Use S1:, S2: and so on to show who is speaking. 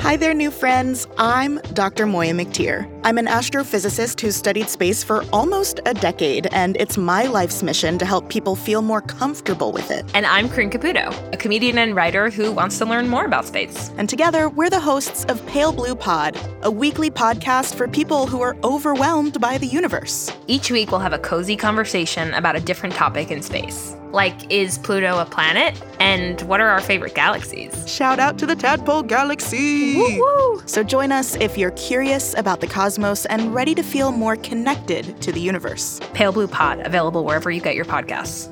S1: Hi there, new friends. I'm Dr. Moya McTeer. I'm an astrophysicist who's studied space for almost a decade, and it's my life's mission to help people feel more comfortable with it.
S2: And I'm Corinne Caputo, a comedian and writer who wants to learn more about space.
S1: And together, we're the hosts of Pale Blue Pod, a weekly podcast for people who are overwhelmed by the universe.
S2: Each week, we'll have a cozy conversation about a different topic in space. Like, is Pluto a planet? And what are our favorite galaxies?
S1: Shout out to the Tadpole Galaxy!
S2: Woo!
S1: So join us if you're curious about the cosmos and ready to feel more connected to the universe.
S2: Pale Blue Pod, available wherever you get your podcasts.